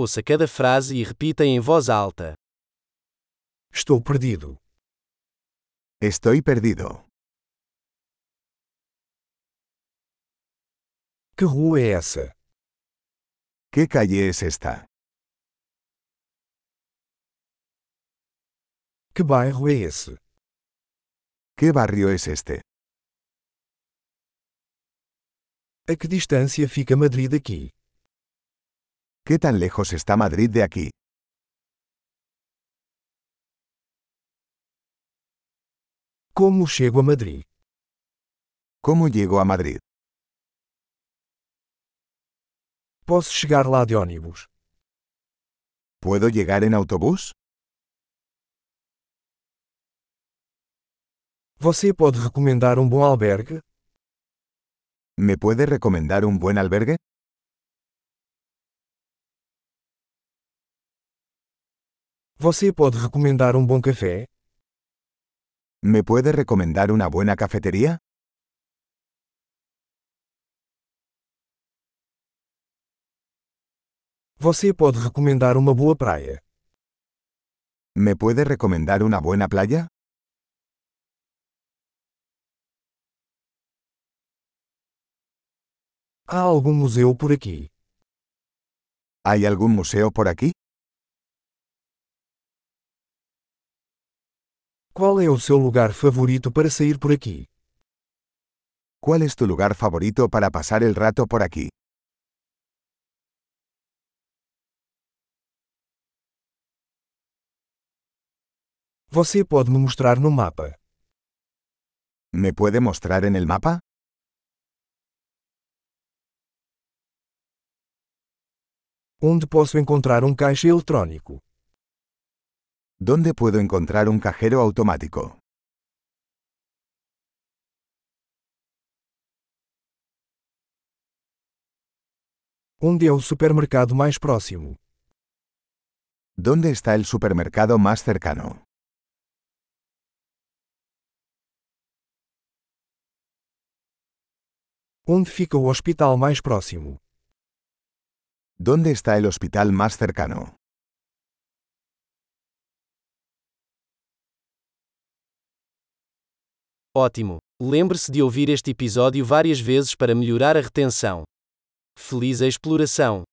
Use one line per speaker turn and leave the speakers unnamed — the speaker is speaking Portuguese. Ouça cada frase e repita em voz alta.
Estou perdido.
Estoy perdido.
Que rua é essa?
¿Qué calle es esta?
Que bairro é esse?
¿Qué barrio es este?
A que distância fica Madrid daqui?
¿Qué tan lejos está Madrid de aquí?
Como chego a Madrid?
¿Cómo llego a Madrid?
Posso chegar lá de ônibus?
¿Puedo llegar en autobús?
Você pode recomendar um bom albergue?
¿Me puede recomendar un buen albergue?
Você pode recomendar um bom café?
¿Me puede recomendar una buena cafetería?
Você pode recomendar uma boa praia?
¿Me puede recomendar una buena playa?
Há algum museu por aqui?
¿Hay algún museo por aquí?
Qual é o seu lugar favorito para sair por aqui?
¿Cuál es tu lugar favorito para pasar el rato por aquí?
Você pode me mostrar no mapa.
¿Me puede mostrar en el mapa?
Onde posso encontrar um caixa eletrônico?
¿Dónde puedo encontrar un cajero automático?
Onde é o supermercado mais próximo?
¿Dónde está el supermercado más cercano?
Onde fica o hospital mais próximo?
¿Dónde está el hospital más cercano?
Ótimo! Lembre-se de ouvir este episódio várias vezes para melhorar a retenção. Feliz a exploração!